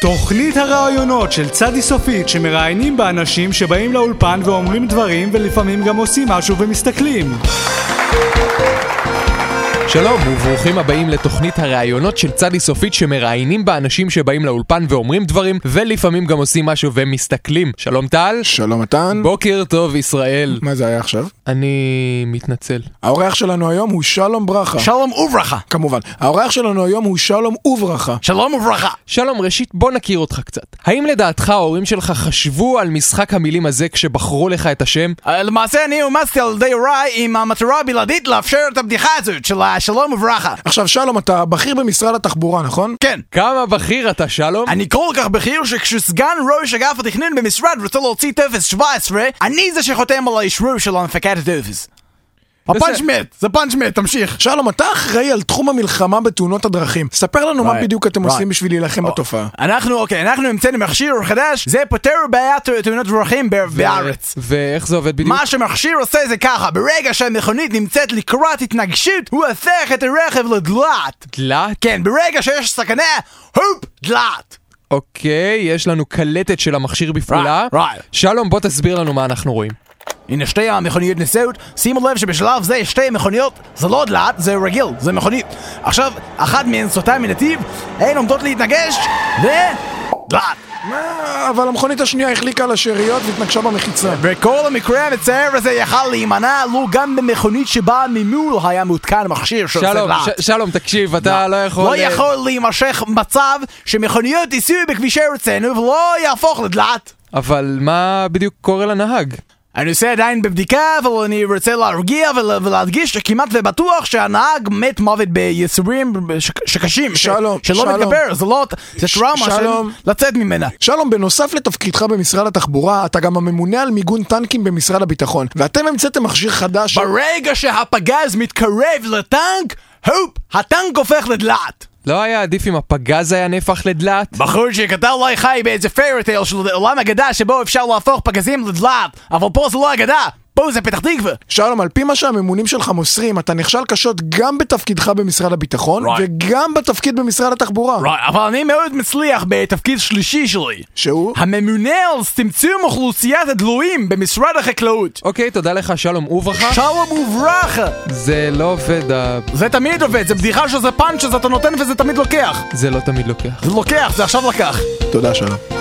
תוכנית הרעיונות של צדי סופית שמראיינים בה אנשים שבאים לאולפן ואומרים דברים ולפעמים גם עושים משהו ומסתכלים. שלום וברוכים הבאים לתוכנית הראיונות של צדי סופית שמראיינים בה אנשים שבאים לאולפן ואומרים דברים ולפעמים גם עושים משהו ומסתכלים. שלום טל, שלום מתן. בוקר טוב ישראל. מה זה היה עכשיו? אני מתנצל. האורח שלנו היום הוא שלום ברכה. שלום וברכה. כמובן. האורח שלנו היום הוא שלום וברכה. שלום וברכה. שלום ראשית בוא נכיר אותך קצת. האם לדעתך ההורים שלך חשבו על משחק המילים הזה כשבחרו לך את השם? אה, למעשה אני אומצתי על ידי הוריי עם המטרה הבלעדית לאפשר את הבדיחה הזאת של השלום וברכה. עכשיו שלום, אתה בכיר במשרד התחבורה, נכון? כן. כמה בכיר אתה שלום? אני כל כך בכיר שכשסגן ראש אגף התכנון במשרד רוצה להוציא טופס 17, אני זה שחותם על האישרור של הנפקת הטופס. הפאנץ' מת, זה פאנץ' מת, תמשיך. שלום, אתה אחראי על תחום המלחמה בתאונות הדרכים. ספר לנו מה Right. בדיוק אתם Right. Oh. עושים בשביל להילחם בתופעה. אנחנו, אוקיי, אנחנו המצאנו מכשיר חדש, זה פותר בעיית תאונות דרכים ב- בארץ. ואיך זה עובד בדיוק? מה שמכשיר עושה זה ככה, ברגע שהמכונית נמצאת לקראת התנגשות, הוא הופך את הרכב לדלעת. דלעת? כן, ברגע שיש סכנה, הופ, דלעת. אוקיי, יש לנו קלטת של המכשיר בפעולה. Right, right. שלום, בוא תסביר לנו מה אנחנו רואים. הנה שתי המכוניות נסיעות, שימו לב שבשלב זה שתי מכוניות, זה לא דלעת, זה רגיל, זה מכונית. עכשיו, אחת מהן סוטה מנתיב, הן עומדות להתנגש, ו... דלעת. מה, אבל המכונית השנייה החליקה על השאריות והתנגשה במחיצה. וכל המקרה המצער הזה יכל להימנע, לו גם במכונית שבאה ממול היה מותקן מכשיר שעושה שלום, דלעת. ש- שלום, תקשיב, אתה לא יכול... לא אה, יכול להימשך מצב שמכוניות ייסעו בכבישי ארצנו ולא יהפוך לדלעת. אבל מה בדיוק קורה לנהג? הנושא עדיין בבדיקה, אבל אני רוצה להרגיע ולה, ולהדגיש שכמעט ובטוח שהנהג מת מוות בייסורים ש- שקשים. ש- שלום, שלא שלום. מתגבר, זה לא... זה טראומה של שלום. לצאת ממנה. שלום, בנוסף לתפקידך במשרד התחבורה, אתה גם הממונה על מיגון טנקים במשרד הביטחון, ואתם המצאתם מכשיר חדש... ש- ברגע שהפגז מתקרב לטנק, הופ, הטנק הופך לדלעת. לא היה עדיף אם הפגז היה נהפך לדלעת? בחור שכתב אולי חי באיזה פיירטייל של עולם אגדה שבו אפשר להפוך פגזים לדלעת, אבל פה זה לא אגדה, פה זה פתח תקווה. שלום, על פי מה שהממונים שלך מוסרים, אתה נכשל קשות גם בתפקידך במשרד הביטחון, Right. וגם בתפקיד במשרד התחבורה. Right, אבל אני מאוד מצליח בתפקיד שלישי שלי. שהוא? הממונה על צמצום אוכלוסיית הדלויים במשרד החקלאות. אוקיי, תודה לך, שלום וברכה. שלום וברכה! זה לא עובד, ה- זה תמיד עובד, זה בדיחה שזה פאנץ' שזה אתה נותן וזה תמיד לוקח. זה לא תמיד לוקח. זה לוקח, זה עכשיו לקח. תודה, שלום.